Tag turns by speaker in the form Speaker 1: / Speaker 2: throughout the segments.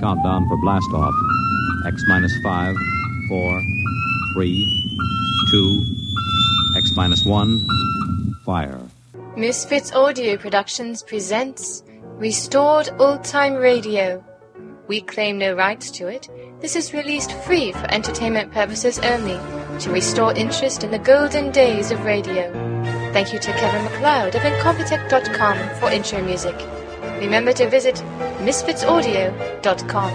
Speaker 1: Countdown for blast off. X minus five, four, three, two, X minus one. Fire.
Speaker 2: Misfits Audio Productions presents Restored Old Time Radio. We claim no rights to it. This is released free for entertainment purposes only to restore interest in the golden days of radio. Thank you to Kevin McLeod of Incompetech.com for intro music. Remember to visit misfitsaudio.com.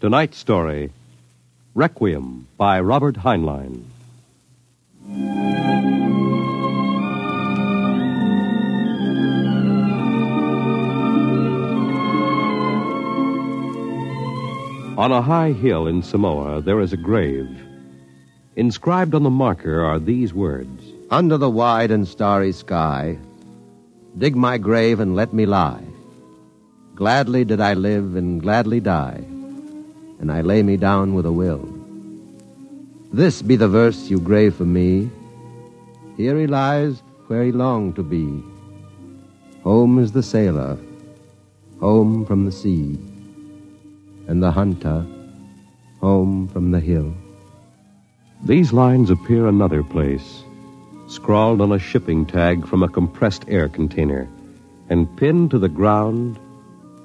Speaker 3: Tonight's story Requiem by Robert Heinlein. On a high hill in Samoa, there is a grave. Inscribed on the marker are these words
Speaker 4: Under the wide and starry sky, dig my grave and let me lie. Gladly did I live and gladly die, and I lay me down with a will. This be the verse you grave for me. Here he lies where he longed to be. Home is the sailor, home from the sea, and the hunter, home from the hill.
Speaker 3: These lines appear another place, scrawled on a shipping tag from a compressed air container and pinned to the ground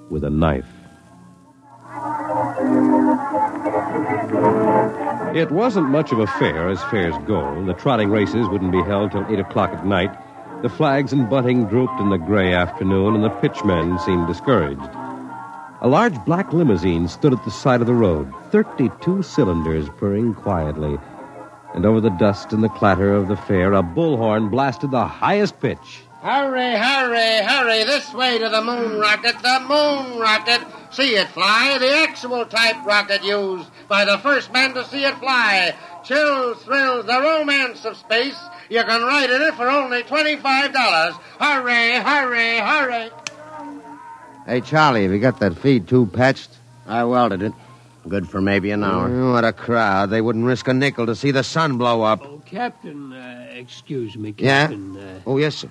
Speaker 3: with a knife. It wasn't much of a fair as fairs go. The trotting races wouldn't be held till 8 o'clock at night. The flags and bunting drooped in the gray afternoon, and the pitchmen seemed discouraged. A large black limousine stood at the side of the road, 32 cylinders purring quietly. And over the dust and the clatter of the fair, a bullhorn blasted the highest pitch.
Speaker 5: Hurry, hurry, hurry, this way to the moon rocket, the moon rocket. See it fly, the actual type rocket used by the first man to see it fly. Chills, thrills, the romance of space. You can ride in it for only $25. Hurry, hurry, hurry.
Speaker 4: Hey, Charlie, have you got that feed too patched? Mm,
Speaker 5: I welded it. Good for maybe an
Speaker 4: what a crowd. They wouldn't risk a nickel to see the sun blow up.
Speaker 6: Oh, Captain, uh, excuse me,
Speaker 4: Yeah?
Speaker 6: Captain. Uh,
Speaker 4: Oh, yes, sir.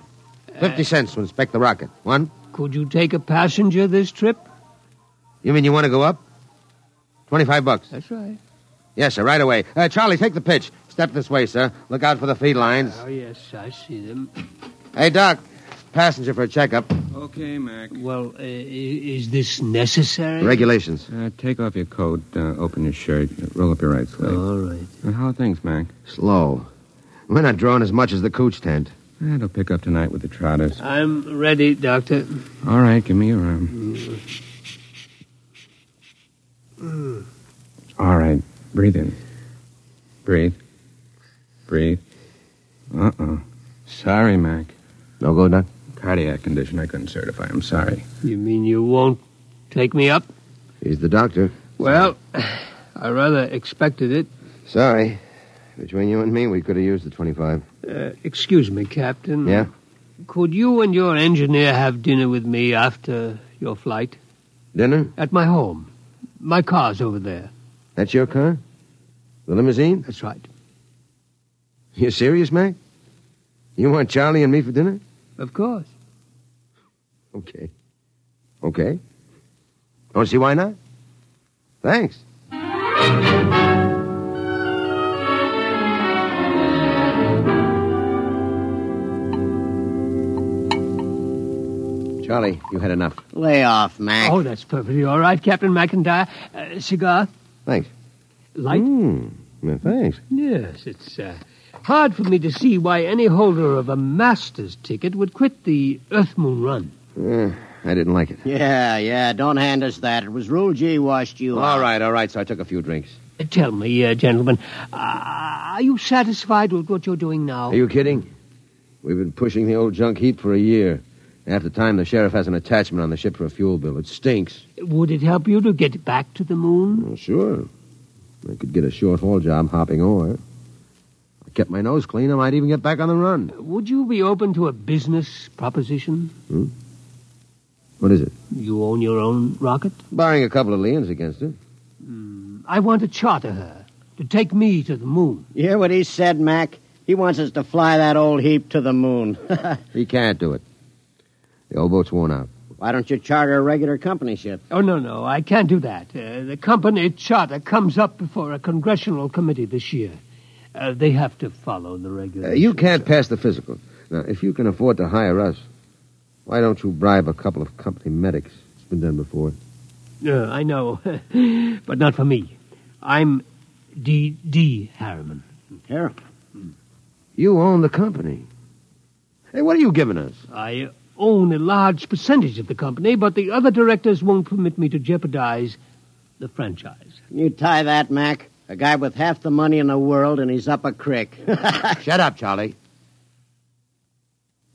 Speaker 4: Fifty cents to inspect the rocket. One?
Speaker 6: could you take a passenger this trip?
Speaker 4: You mean you want to go up? Twenty-five bucks.
Speaker 6: That's right.
Speaker 4: Yes, sir, right away. Uh, Charlie, take the pitch. Step this way, sir. Look out for the feed lines.
Speaker 6: Oh, yes, I see them.
Speaker 4: Hey, Doc, passenger for a checkup.
Speaker 7: Okay, Mac.
Speaker 6: Well, uh, i- is this necessary?
Speaker 4: Regulations.
Speaker 7: Uh, take off your coat, uh, open your shirt, roll up your right sleeve.
Speaker 6: All right.
Speaker 7: Uh, How are things, Mac?
Speaker 4: Slow. We're not drawing as much as the cooch tent.
Speaker 7: Eh, It'll pick up tonight with the trotters.
Speaker 6: I'm ready, Doctor.
Speaker 7: All right, give me your arm. All right, breathe in. Breathe. Breathe. Uh-uh. Sorry, Mac.
Speaker 4: No go, Doc?
Speaker 7: Cardiac condition I couldn't certify. I'm sorry.
Speaker 6: You mean you won't take me up?
Speaker 4: He's the doctor.
Speaker 6: Well, I rather expected it.
Speaker 4: Sorry. Between you and me, we could have used the 25.
Speaker 6: Uh, excuse me, Captain.
Speaker 4: Yeah?
Speaker 6: Could you and your engineer have dinner with me after your flight?
Speaker 4: Dinner?
Speaker 6: At my home. My car's over there.
Speaker 4: That's your car? The limousine?
Speaker 6: That's right.
Speaker 4: You serious, Mac? You want Charlie and me for dinner?
Speaker 6: Of course.
Speaker 4: Okay. Okay. Don't see why not? Thanks. Charlie, you had enough.
Speaker 5: Lay off, Mac.
Speaker 6: Oh, that's perfectly all right, Captain McIntyre. Uh, cigar?
Speaker 4: Thanks. Hmm?
Speaker 6: Light?
Speaker 4: Yeah, thanks.
Speaker 6: Yes, it's uh, hard for me to see why any holder of a master's ticket would quit the Earth Moon Run.
Speaker 4: Eh, I didn't like it.
Speaker 5: Yeah, yeah, Uh, don't hand us that. It was Rule G washed you
Speaker 4: All right, all right. So I took a few drinks.
Speaker 6: Uh, Tell me, uh, gentlemen, uh, are you satisfied with what you're doing now?
Speaker 4: Are you kidding? We've been pushing the old junk heap for a year. Half the time, the sheriff has an attachment on the ship for a fuel bill. It stinks.
Speaker 6: Would it help you to get back to the moon?
Speaker 4: Well, sure. I could get a short haul job hopping ore. I kept my nose clean. I might even get back on the run.
Speaker 6: Would you be open to a business proposition?
Speaker 4: What is it?
Speaker 6: You own your own rocket?
Speaker 4: Barring a couple of liens against it.
Speaker 6: I want to charter her to take me to the moon.
Speaker 5: You hear what he said, Mac? He wants us to fly that old heap to the moon.
Speaker 4: He can't do it. The old boat's worn out.
Speaker 5: Why don't you charter a regular company ship?
Speaker 6: Oh, no, no, I can't do that. Uh, the company charter comes up before a congressional committee this year. Uh, they have to follow the
Speaker 4: Uh,
Speaker 6: regulations.
Speaker 4: you can't pass the physical. Now, if you can afford to hire us, why don't you bribe a couple of company medics? It's been done before.
Speaker 6: Uh, I know, but not for me. I'm D. D. Harriman.
Speaker 5: Here.
Speaker 4: You own the company. Hey, what are you giving us?
Speaker 6: I own a large percentage of the company, but the other directors won't permit me to jeopardize the franchise.
Speaker 5: Can you tie that, Mac? A guy with half the money in the world, and he's up a crick.
Speaker 4: Shut up, Charlie.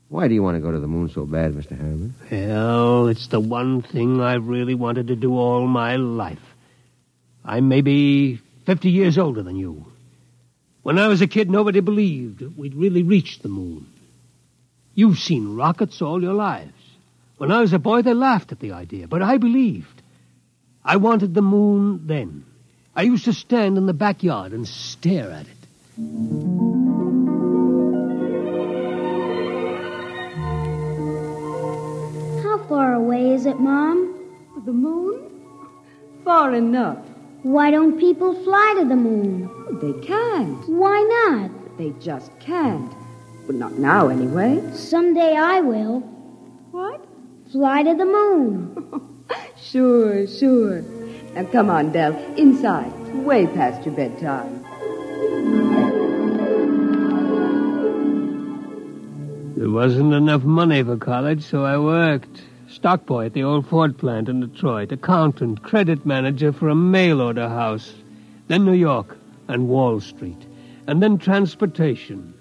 Speaker 4: Why do you want to go to the moon so bad, Mr. Harriman?
Speaker 6: Well, it's the one thing I've really wanted to do all my life. I'm maybe 50 years older than you. When I was a kid, nobody believed we'd really reached the moon. You've seen rockets all your lives. When I was a boy, they laughed at the idea, but I believed. I wanted the moon then. I used to stand in the backyard and stare at it.
Speaker 8: How far away is it, Mom?
Speaker 9: The moon? Far enough.
Speaker 8: Why don't people fly to the moon?
Speaker 9: They can't.
Speaker 8: Why not?
Speaker 9: They just can't. Well, not now, anyway.
Speaker 8: Someday I will.
Speaker 9: What?
Speaker 8: Fly to the moon.
Speaker 9: Sure, sure. Now come on, Dell. Inside. It's Way past your bedtime.
Speaker 6: There wasn't enough money for college, so I worked. Stock boy at the old Ford plant in Detroit, accountant, credit manager for a mail order house, then New York and Wall Street, and then transportation.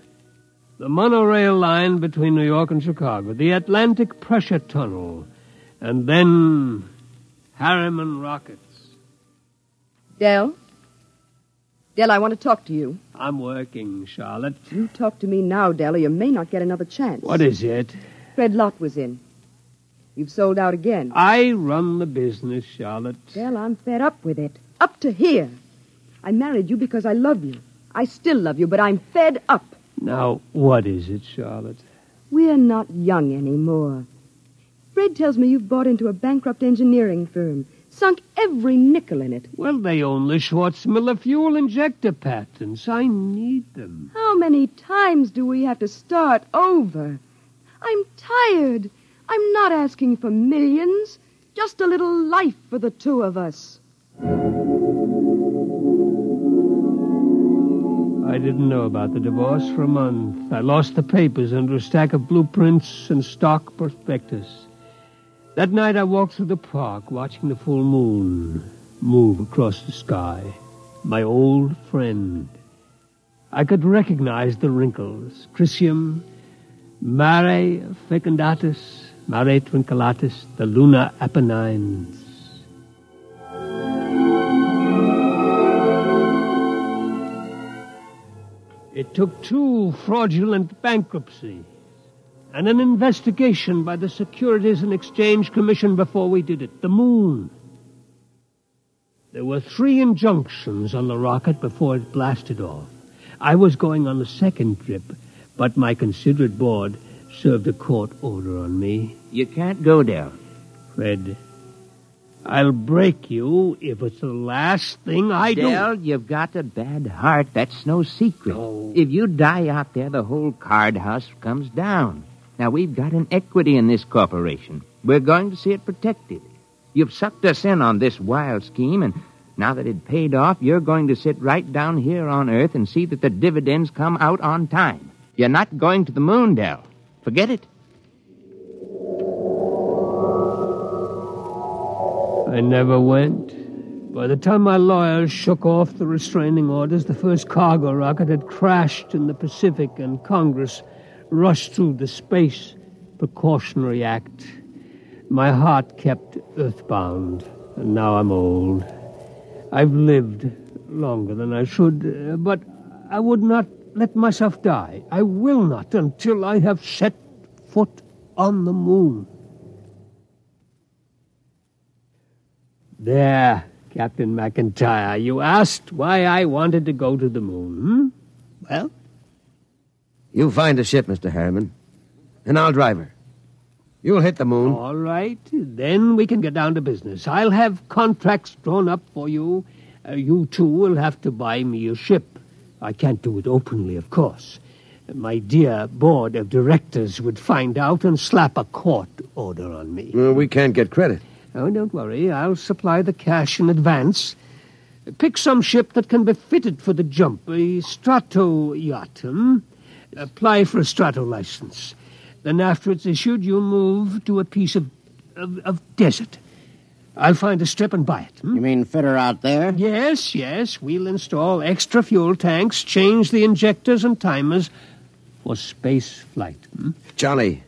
Speaker 6: The monorail line between New York and Chicago, the Atlantic Pressure Tunnel, and then Harriman Rockets.
Speaker 9: Dell? Dell, I want to talk to you.
Speaker 6: I'm working, Charlotte.
Speaker 9: You talk to me now, Dell, or you may not get another chance.
Speaker 6: What is it?
Speaker 9: Fred Lott was in. You've sold out again.
Speaker 6: I run the business, Charlotte.
Speaker 9: Dell, I'm fed up with it. Up to here. I married you because I love you. I still love you, but I'm fed up.
Speaker 6: Now, what is it, Charlotte?
Speaker 9: We're not young anymore. Fred tells me you've bought into a bankrupt engineering firm, sunk every nickel in it.
Speaker 6: Well, they own the Schwarzmiller fuel injector patents. I need them.
Speaker 9: How many times do we have to start over? I'm tired. I'm not asking for millions, just a little life for the two of us.
Speaker 6: I didn't know about the divorce for a month. I lost the papers under a stack of blueprints and stock prospectus. That night I walked through the park watching the full moon move across the sky. My old friend. I could recognize the wrinkles. Chrysium, Mare fecundatus, Mare twinkulatus, the lunar Apennines. It took two fraudulent bankruptcies and an investigation by the Securities and Exchange Commission before we did it. The moon. There were three injunctions on the rocket before it blasted off. I was going on the second trip, but my considerate board served a court order on me.
Speaker 10: You can't go there.
Speaker 6: Fred, I'll break you if it's the last thing I do.
Speaker 10: Dell, you've got a bad heart. That's no secret.
Speaker 6: No.
Speaker 10: If you die out there, the whole card house comes down. Now, we've got an equity in this corporation. We're going to see it protected. You've sucked us in on this wild scheme, and now that it paid off, you're going to sit right down here on Earth and see that the dividends come out on time. You're not going to the moon, Dell. Forget it.
Speaker 6: I never went. By the time my lawyers shook off the restraining orders, the first cargo rocket had crashed in the Pacific, and Congress rushed through the Space Precautionary Act. My heart kept earthbound, and now I'm old. I've lived longer than I should, uh, but I would not let myself die. I will not until I have set foot on the moon. There, Captain McIntyre, you asked why I wanted to go to the moon. Hmm? Well,
Speaker 4: You find a ship, Mr. Harriman, and I'll drive her. You'll hit the moon.
Speaker 6: all right, then we can get down to business. I'll have contracts drawn up for you. Uh, you two will have to buy me a ship. I can't do it openly, of course. My dear board of directors would find out and slap a court order on me.
Speaker 4: Well, we can't get credit.
Speaker 6: Oh, don't worry. I'll supply the cash in advance. Pick some ship that can be fitted for the jump, a strato yacht. hmm? Apply for a strato license. Then, after it's issued, you'll move to a piece of, of, of desert. I'll find a strip and buy it. You
Speaker 11: mean fit her out there?
Speaker 6: Yes, yes. We'll install extra fuel tanks, change the injectors and timers for space flight.
Speaker 4: Johnny,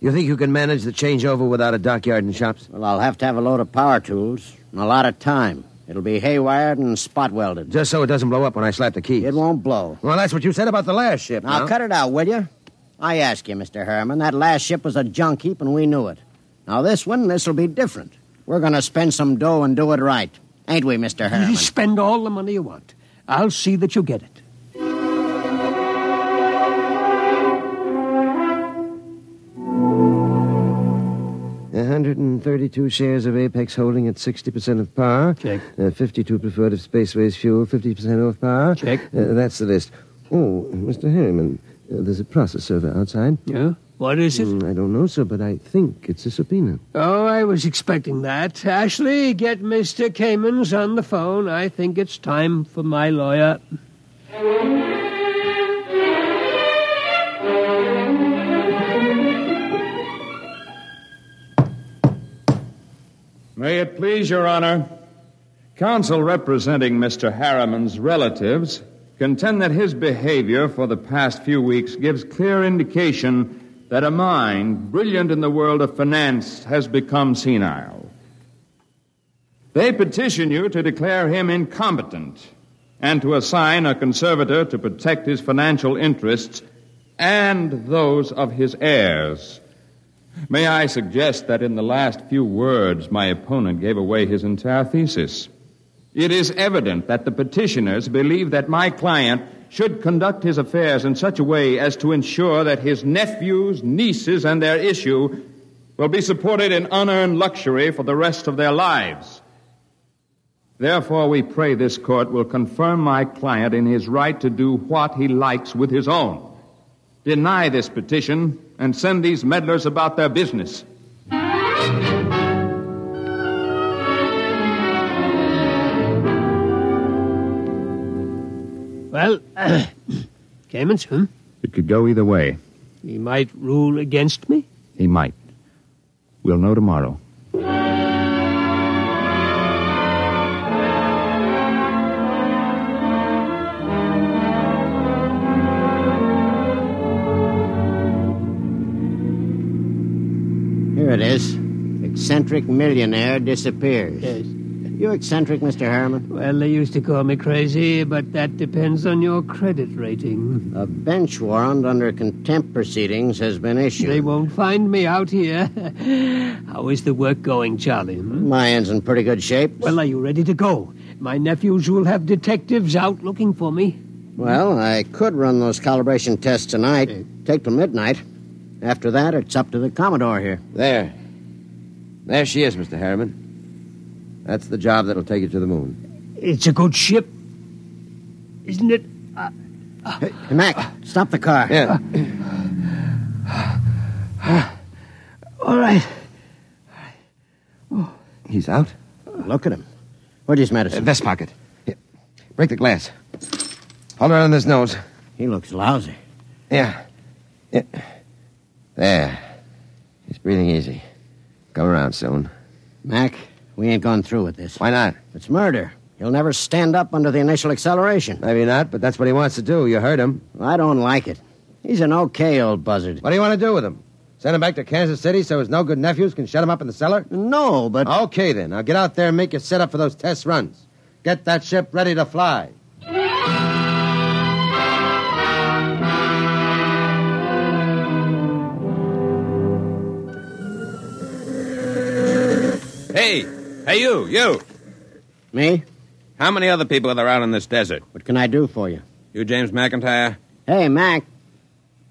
Speaker 4: you think you can manage the changeover without a dockyard and shops?
Speaker 11: Well, I'll have to have a load of power tools and a lot of time. It'll be haywired and spot welded.
Speaker 4: Just so it doesn't blow up when I slap the keys. It
Speaker 11: won't blow.
Speaker 4: Well, that's what you said about the last ship.
Speaker 11: Now,
Speaker 4: now.
Speaker 11: cut it out, will you? I ask you, Mr. Harriman, that last ship was a junk heap and we knew it. Now, this one, this'll be different. We're going to spend some dough and do it right. Ain't we, Mr.
Speaker 6: You
Speaker 11: Harriman?
Speaker 6: spend all the money you want. I'll see that you get it.
Speaker 4: A 132 shares of Apex Holding at 60% of par.
Speaker 6: Check.
Speaker 4: Uh, 52 preferred of Spaceways Fuel, 50% off par.
Speaker 6: Check.
Speaker 4: Uh, that's the list. Oh, Mr. Harriman, uh, there's a process server outside. Mm,
Speaker 6: Yeah? What is it?
Speaker 4: I don't know, sir, but I think it's a subpoena.
Speaker 6: Oh, I was expecting that. Ashley, get Mr. Kamens on the phone. I think it's time for my lawyer.
Speaker 3: May it please your honor. Counsel representing Mr. Harriman's relatives contend that his behavior for the past few weeks gives clear indication that a mind brilliant in the world of finance has become senile. They petition you to declare him incompetent and to assign a conservator to protect his financial interests and those of his heirs. May I suggest that in the last few words, my opponent gave away his entire thesis? It is evident that the petitioners believe that my client should conduct his affairs in such a way as to ensure that his nephews, nieces, and their issue will be supported in unearned luxury for the rest of their lives. Therefore, we pray this court will confirm my client in his right to do what he likes with his own deny this petition and send these meddlers about their business.
Speaker 6: Well, Kamens, hmm?
Speaker 12: It could go either way.
Speaker 6: He might rule against me.
Speaker 12: He might. We'll know tomorrow.
Speaker 11: Here it is. Eccentric millionaire disappears.
Speaker 6: Yes.
Speaker 11: You eccentric, Mr. Harriman?
Speaker 6: Well, they used to call me crazy, but that depends on your credit rating.
Speaker 11: A bench warrant under contempt proceedings has been issued.
Speaker 6: They won't find me out here. How is the work going, Charlie? hmm?
Speaker 11: My end's in pretty good shape.
Speaker 6: Well, are you ready to go? My nephews will have detectives out looking for me.
Speaker 11: Well, I could run those calibration tests tonight.
Speaker 4: Hmm.
Speaker 11: Take till midnight. After that, it's up to the Commodore here.
Speaker 4: There. There she is, Mr. Harriman. That's the job that'll take you to the moon.
Speaker 6: It's a good ship, isn't it?
Speaker 11: Hey, Mac, stop the car.
Speaker 4: Yeah.
Speaker 6: All right.
Speaker 4: He's out?
Speaker 5: Look at him. Where'd his medicine?
Speaker 4: vest pocket. Here. Break the glass. Hold it on his nose.
Speaker 5: He looks lousy.
Speaker 4: Yeah. yeah. There. He's breathing easy. Come around soon.
Speaker 5: Mac, we ain't gone through with this.
Speaker 4: Why not?
Speaker 5: It's murder. He'll never stand up under the initial acceleration.
Speaker 4: Maybe not, but that's what he wants to do. You heard him.
Speaker 5: I don't like it. He's an okay old buzzard.
Speaker 4: What do you want to do with him? Send him back to Kansas City so his no good nephews can shut him up in the cellar?
Speaker 5: No, but.
Speaker 4: Okay, then. Now get out there and make your setup for those test runs. Get that ship ready to fly.
Speaker 7: Hey, hey, you, you.
Speaker 5: Me?
Speaker 7: How many other people are there out in this desert?
Speaker 5: What can I do for you?
Speaker 7: You, James McIntyre?
Speaker 5: Hey, Mac.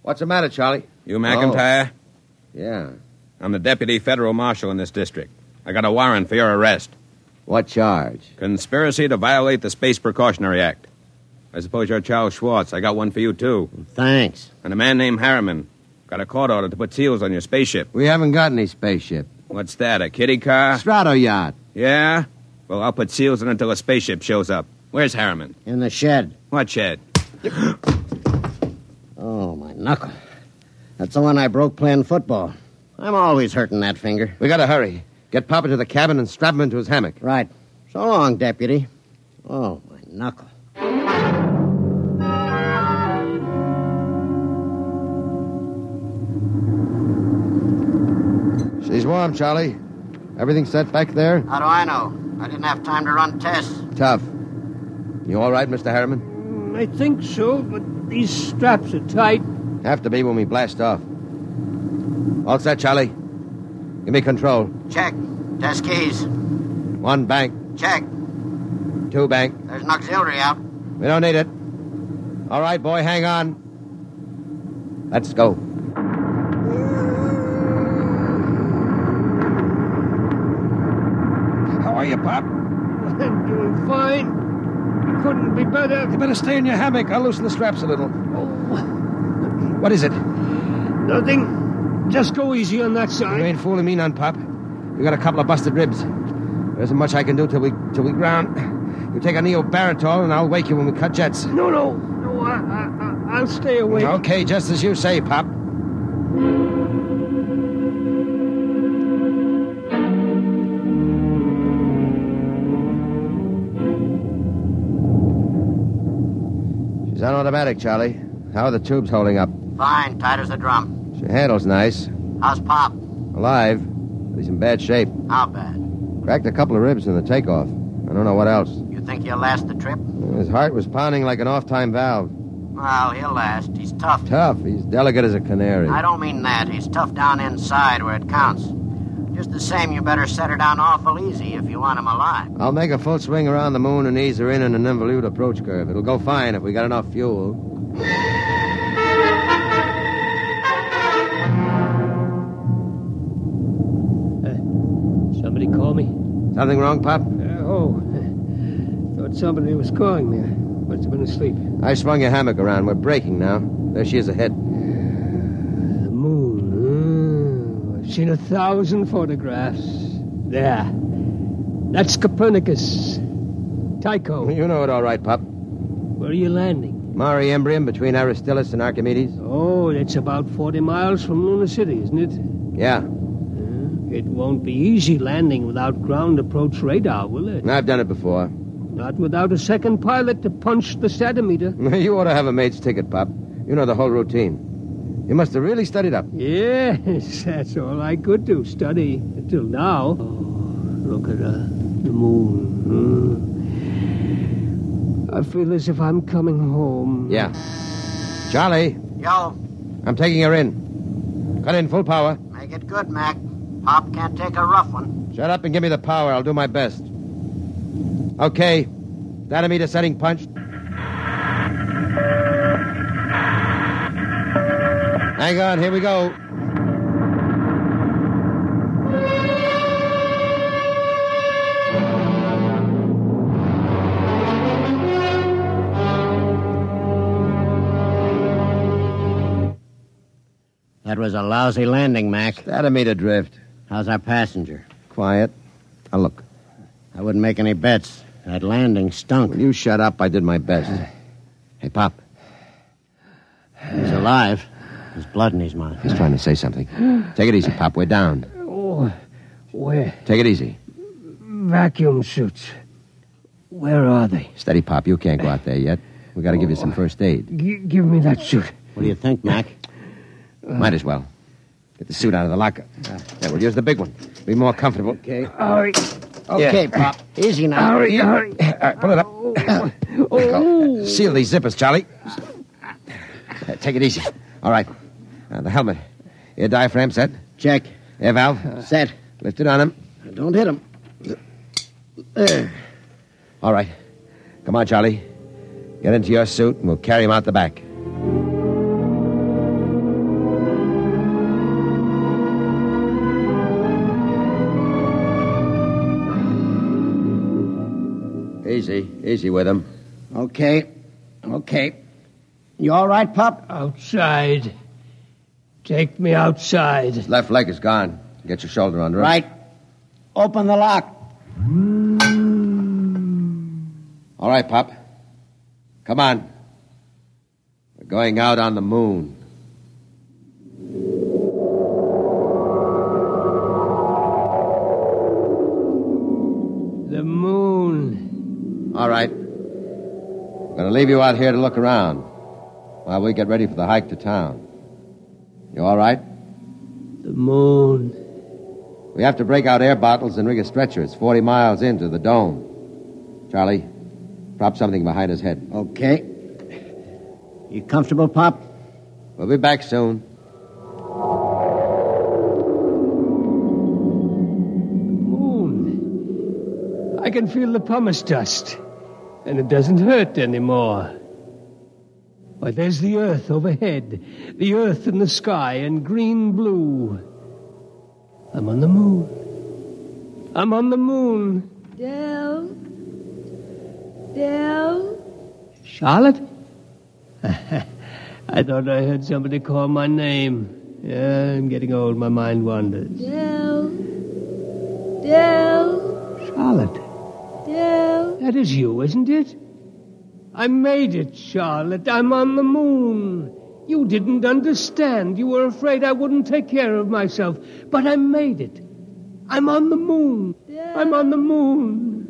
Speaker 4: What's the matter, Charlie?
Speaker 7: You, McIntyre?
Speaker 4: Yeah.
Speaker 7: I'm the deputy federal marshal in this district. I got a warrant for your arrest.
Speaker 4: What charge?
Speaker 7: Conspiracy to violate the Space Precautionary Act. I suppose you're Charles Schwartz. I got one for you, too.
Speaker 5: Thanks.
Speaker 7: And a man named Harriman. Got a court order to put seals on your spaceship.
Speaker 4: We haven't got any spaceship.
Speaker 7: What's that, a kitty car?
Speaker 4: Strato yacht.
Speaker 7: Yeah? Well, I'll put seals on until a spaceship shows up. Where's Harriman?
Speaker 5: In the shed.
Speaker 7: What shed?
Speaker 5: oh, my knuckle. That's the one I broke playing football. I'm always hurting that finger.
Speaker 4: We gotta hurry. Get Papa to the cabin and strap him into his hammock.
Speaker 5: Right. So long, deputy. Oh, my knuckle.
Speaker 4: She's warm, Charlie. Everything set back there?
Speaker 5: How do I know? I didn't have time to run tests.
Speaker 4: Tough. You all right, Mr. Harriman?
Speaker 6: Mm, I think so, but these straps are tight.
Speaker 4: Have to be when we blast off. All set, Charlie. Give me control.
Speaker 5: Check. Test keys.
Speaker 4: One bank,
Speaker 5: Check.
Speaker 4: two bank.
Speaker 5: There's an auxiliary out.
Speaker 4: We don't need it. All right, boy, hang on. Let's go.
Speaker 13: How are you, Pop?
Speaker 6: I'm doing fine. Couldn't be better.
Speaker 13: You better stay in your hammock. I'll loosen the straps a little. What is it? You
Speaker 6: Nothing. Just go easy on that side.
Speaker 13: ain't fooling me none, Pop. You got a couple of busted ribs. There isn't much I can do till we till we ground. You take a neobaritol, and I'll wake you when we cut jets.
Speaker 6: No, no, no. I, I, I, I'll stay away.
Speaker 13: Okay, just as you say, Pop.
Speaker 4: She's on automatic, Charlie. How are the tubes holding up?
Speaker 5: Fine, tight as a drum.
Speaker 4: She handles nice.
Speaker 5: How's Pop?
Speaker 4: Alive, but he's in bad shape.
Speaker 5: How bad?
Speaker 4: Cracked a couple of ribs in the takeoff. I don't know what else.
Speaker 5: You think he'll last the trip?
Speaker 4: His heart was pounding like an off time valve.
Speaker 5: Well, he'll last. He's tough.
Speaker 4: Tough. He's delicate as a canary.
Speaker 5: I don't mean that. He's tough down inside where it counts. Just the same, you better set her down awful easy if you want him alive.
Speaker 4: I'll make a full swing around the moon and ease her in in an involute approach curve. It'll go fine if we got enough fuel.
Speaker 6: Somebody call me?
Speaker 4: Something wrong, Pop?
Speaker 6: oh. Thought somebody was calling me. Must have been asleep.
Speaker 4: I swung your hammock around. We're breaking now. There she is ahead.
Speaker 6: The moon. Oh, I've seen a thousand photographs. There. That's Copernicus. Tycho.
Speaker 4: You know it all right, Pop.
Speaker 6: Where are you landing?
Speaker 4: Mare Imbrium between Aristillus and Archimedes?
Speaker 6: Oh, that's about 40 miles from Luna City, isn't it?
Speaker 4: Yeah.
Speaker 6: It won't be easy landing without ground approach radar, will it?
Speaker 4: I've done it before.
Speaker 6: Not without a second pilot to punch the statometer.
Speaker 4: You ought to have a mate's ticket, Pop. You know the whole routine. You must have really studied up.
Speaker 6: Yes, that's all I could do. Study until now. Oh, look at her, the moon. Hmm. I feel as if I'm coming home.
Speaker 4: Yeah. Charlie,
Speaker 5: Yo,
Speaker 4: I'm taking her in. Cut in full power.
Speaker 5: make it good, Mac. Pop can't take a rough one.
Speaker 4: Shut up and give me the power. I'll do my best. Okay. Dynamite setting punch. Hang on, here we go.
Speaker 5: That was a lousy landing, Mac.
Speaker 4: Dynamite adrift.
Speaker 5: How's our passenger?
Speaker 4: Quiet. Now look.
Speaker 11: I wouldn't make any bets. That landing stunk.
Speaker 4: Will you shut up? I did my best. Hey, Pop.
Speaker 11: He's alive. There's blood in his mouth.
Speaker 4: He's trying to say something. Take it easy, Pop. We're down.
Speaker 6: Oh, where?
Speaker 4: Take it easy.
Speaker 6: Vacuum suits. Where are they?
Speaker 4: Steady, Pop. You can't go out there yet. We got to give you some first aid.
Speaker 6: G- give me that suit.
Speaker 11: What do you think, Mac?
Speaker 4: Might as well. Get the suit out of the locker. There, we'll use the big one. Be more comfortable.
Speaker 11: Okay.
Speaker 6: Hurry.
Speaker 11: Okay, Pop. Easy now.
Speaker 6: Hurry, hurry.
Speaker 4: All right, pull it up.
Speaker 6: Oh.
Speaker 4: Seal these zippers, Charlie. Uh, take it easy. All right. Uh, the helmet. Air diaphragm set.
Speaker 11: Check.
Speaker 4: Air valve.
Speaker 11: Set.
Speaker 4: Lift it on him.
Speaker 11: Don't hit him. There.
Speaker 4: All right. Come on, Charlie. Get into your suit, and we'll carry him out the back. Easy, easy with him.
Speaker 11: Okay. Okay. You all right, Pop?
Speaker 6: Outside. Take me outside.
Speaker 4: His left leg is gone. Get your shoulder under it. Hmm.
Speaker 11: Right. Open the lock.
Speaker 4: All right, Pop. Come on. We're going out on the moon.
Speaker 6: The moon.
Speaker 4: All right. We're going to leave you out here to look around while we get ready for the hike to town. You all right?
Speaker 6: The moon.
Speaker 4: We have to break out air bottles and rig a stretcher. It's 40 miles into the dome. Charlie, prop something behind his head.
Speaker 11: Okay. You comfortable, Pop?
Speaker 4: We'll be back soon.
Speaker 6: Moon. I can feel the pumice dust, and it doesn't hurt anymore. Why, there's the earth overhead, the earth in the sky, and green blue. I'm on the moon. I'm on the moon.
Speaker 9: Dell? Dell?
Speaker 6: Charlotte? I thought I heard somebody call my name. Yeah, I'm getting old. My mind wanders.
Speaker 9: Dell? Dell?
Speaker 6: Charlotte.
Speaker 9: Dell?
Speaker 6: That is you, isn't it? I made it, Charlotte. I'm on the moon. You didn't understand. You were afraid I wouldn't take care of myself. But I made it. I'm on the moon. I'm on the moon.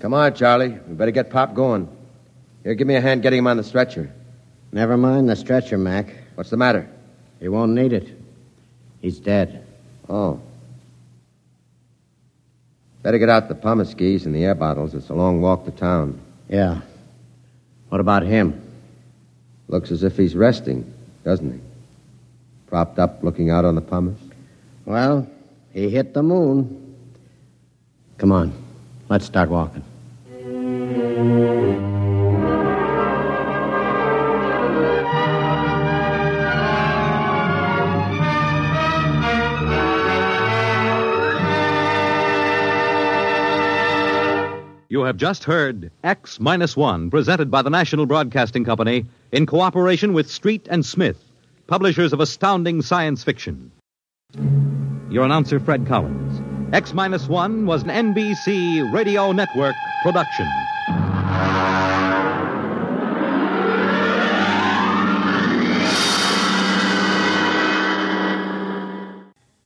Speaker 4: Come on, Charlie. We better get Pop going. Here, give me a hand getting him on the stretcher.
Speaker 11: Never mind the stretcher, Mac.
Speaker 4: What's the matter?
Speaker 11: You won't need it. He's dead.
Speaker 4: Oh. Better get out the pumice skis and the air bottles. It's a long walk to town.
Speaker 11: Yeah. What about him?
Speaker 4: Looks as if he's resting, doesn't he? Propped up, looking out on the pumice.
Speaker 11: Well, he hit the moon. Come on. Let's start walking.
Speaker 1: You have just heard X Minus One, presented by the National Broadcasting Company in cooperation with Street and Smith, publishers of astounding science fiction. Your announcer, Fred Collins. X Minus One was an NBC Radio Network production.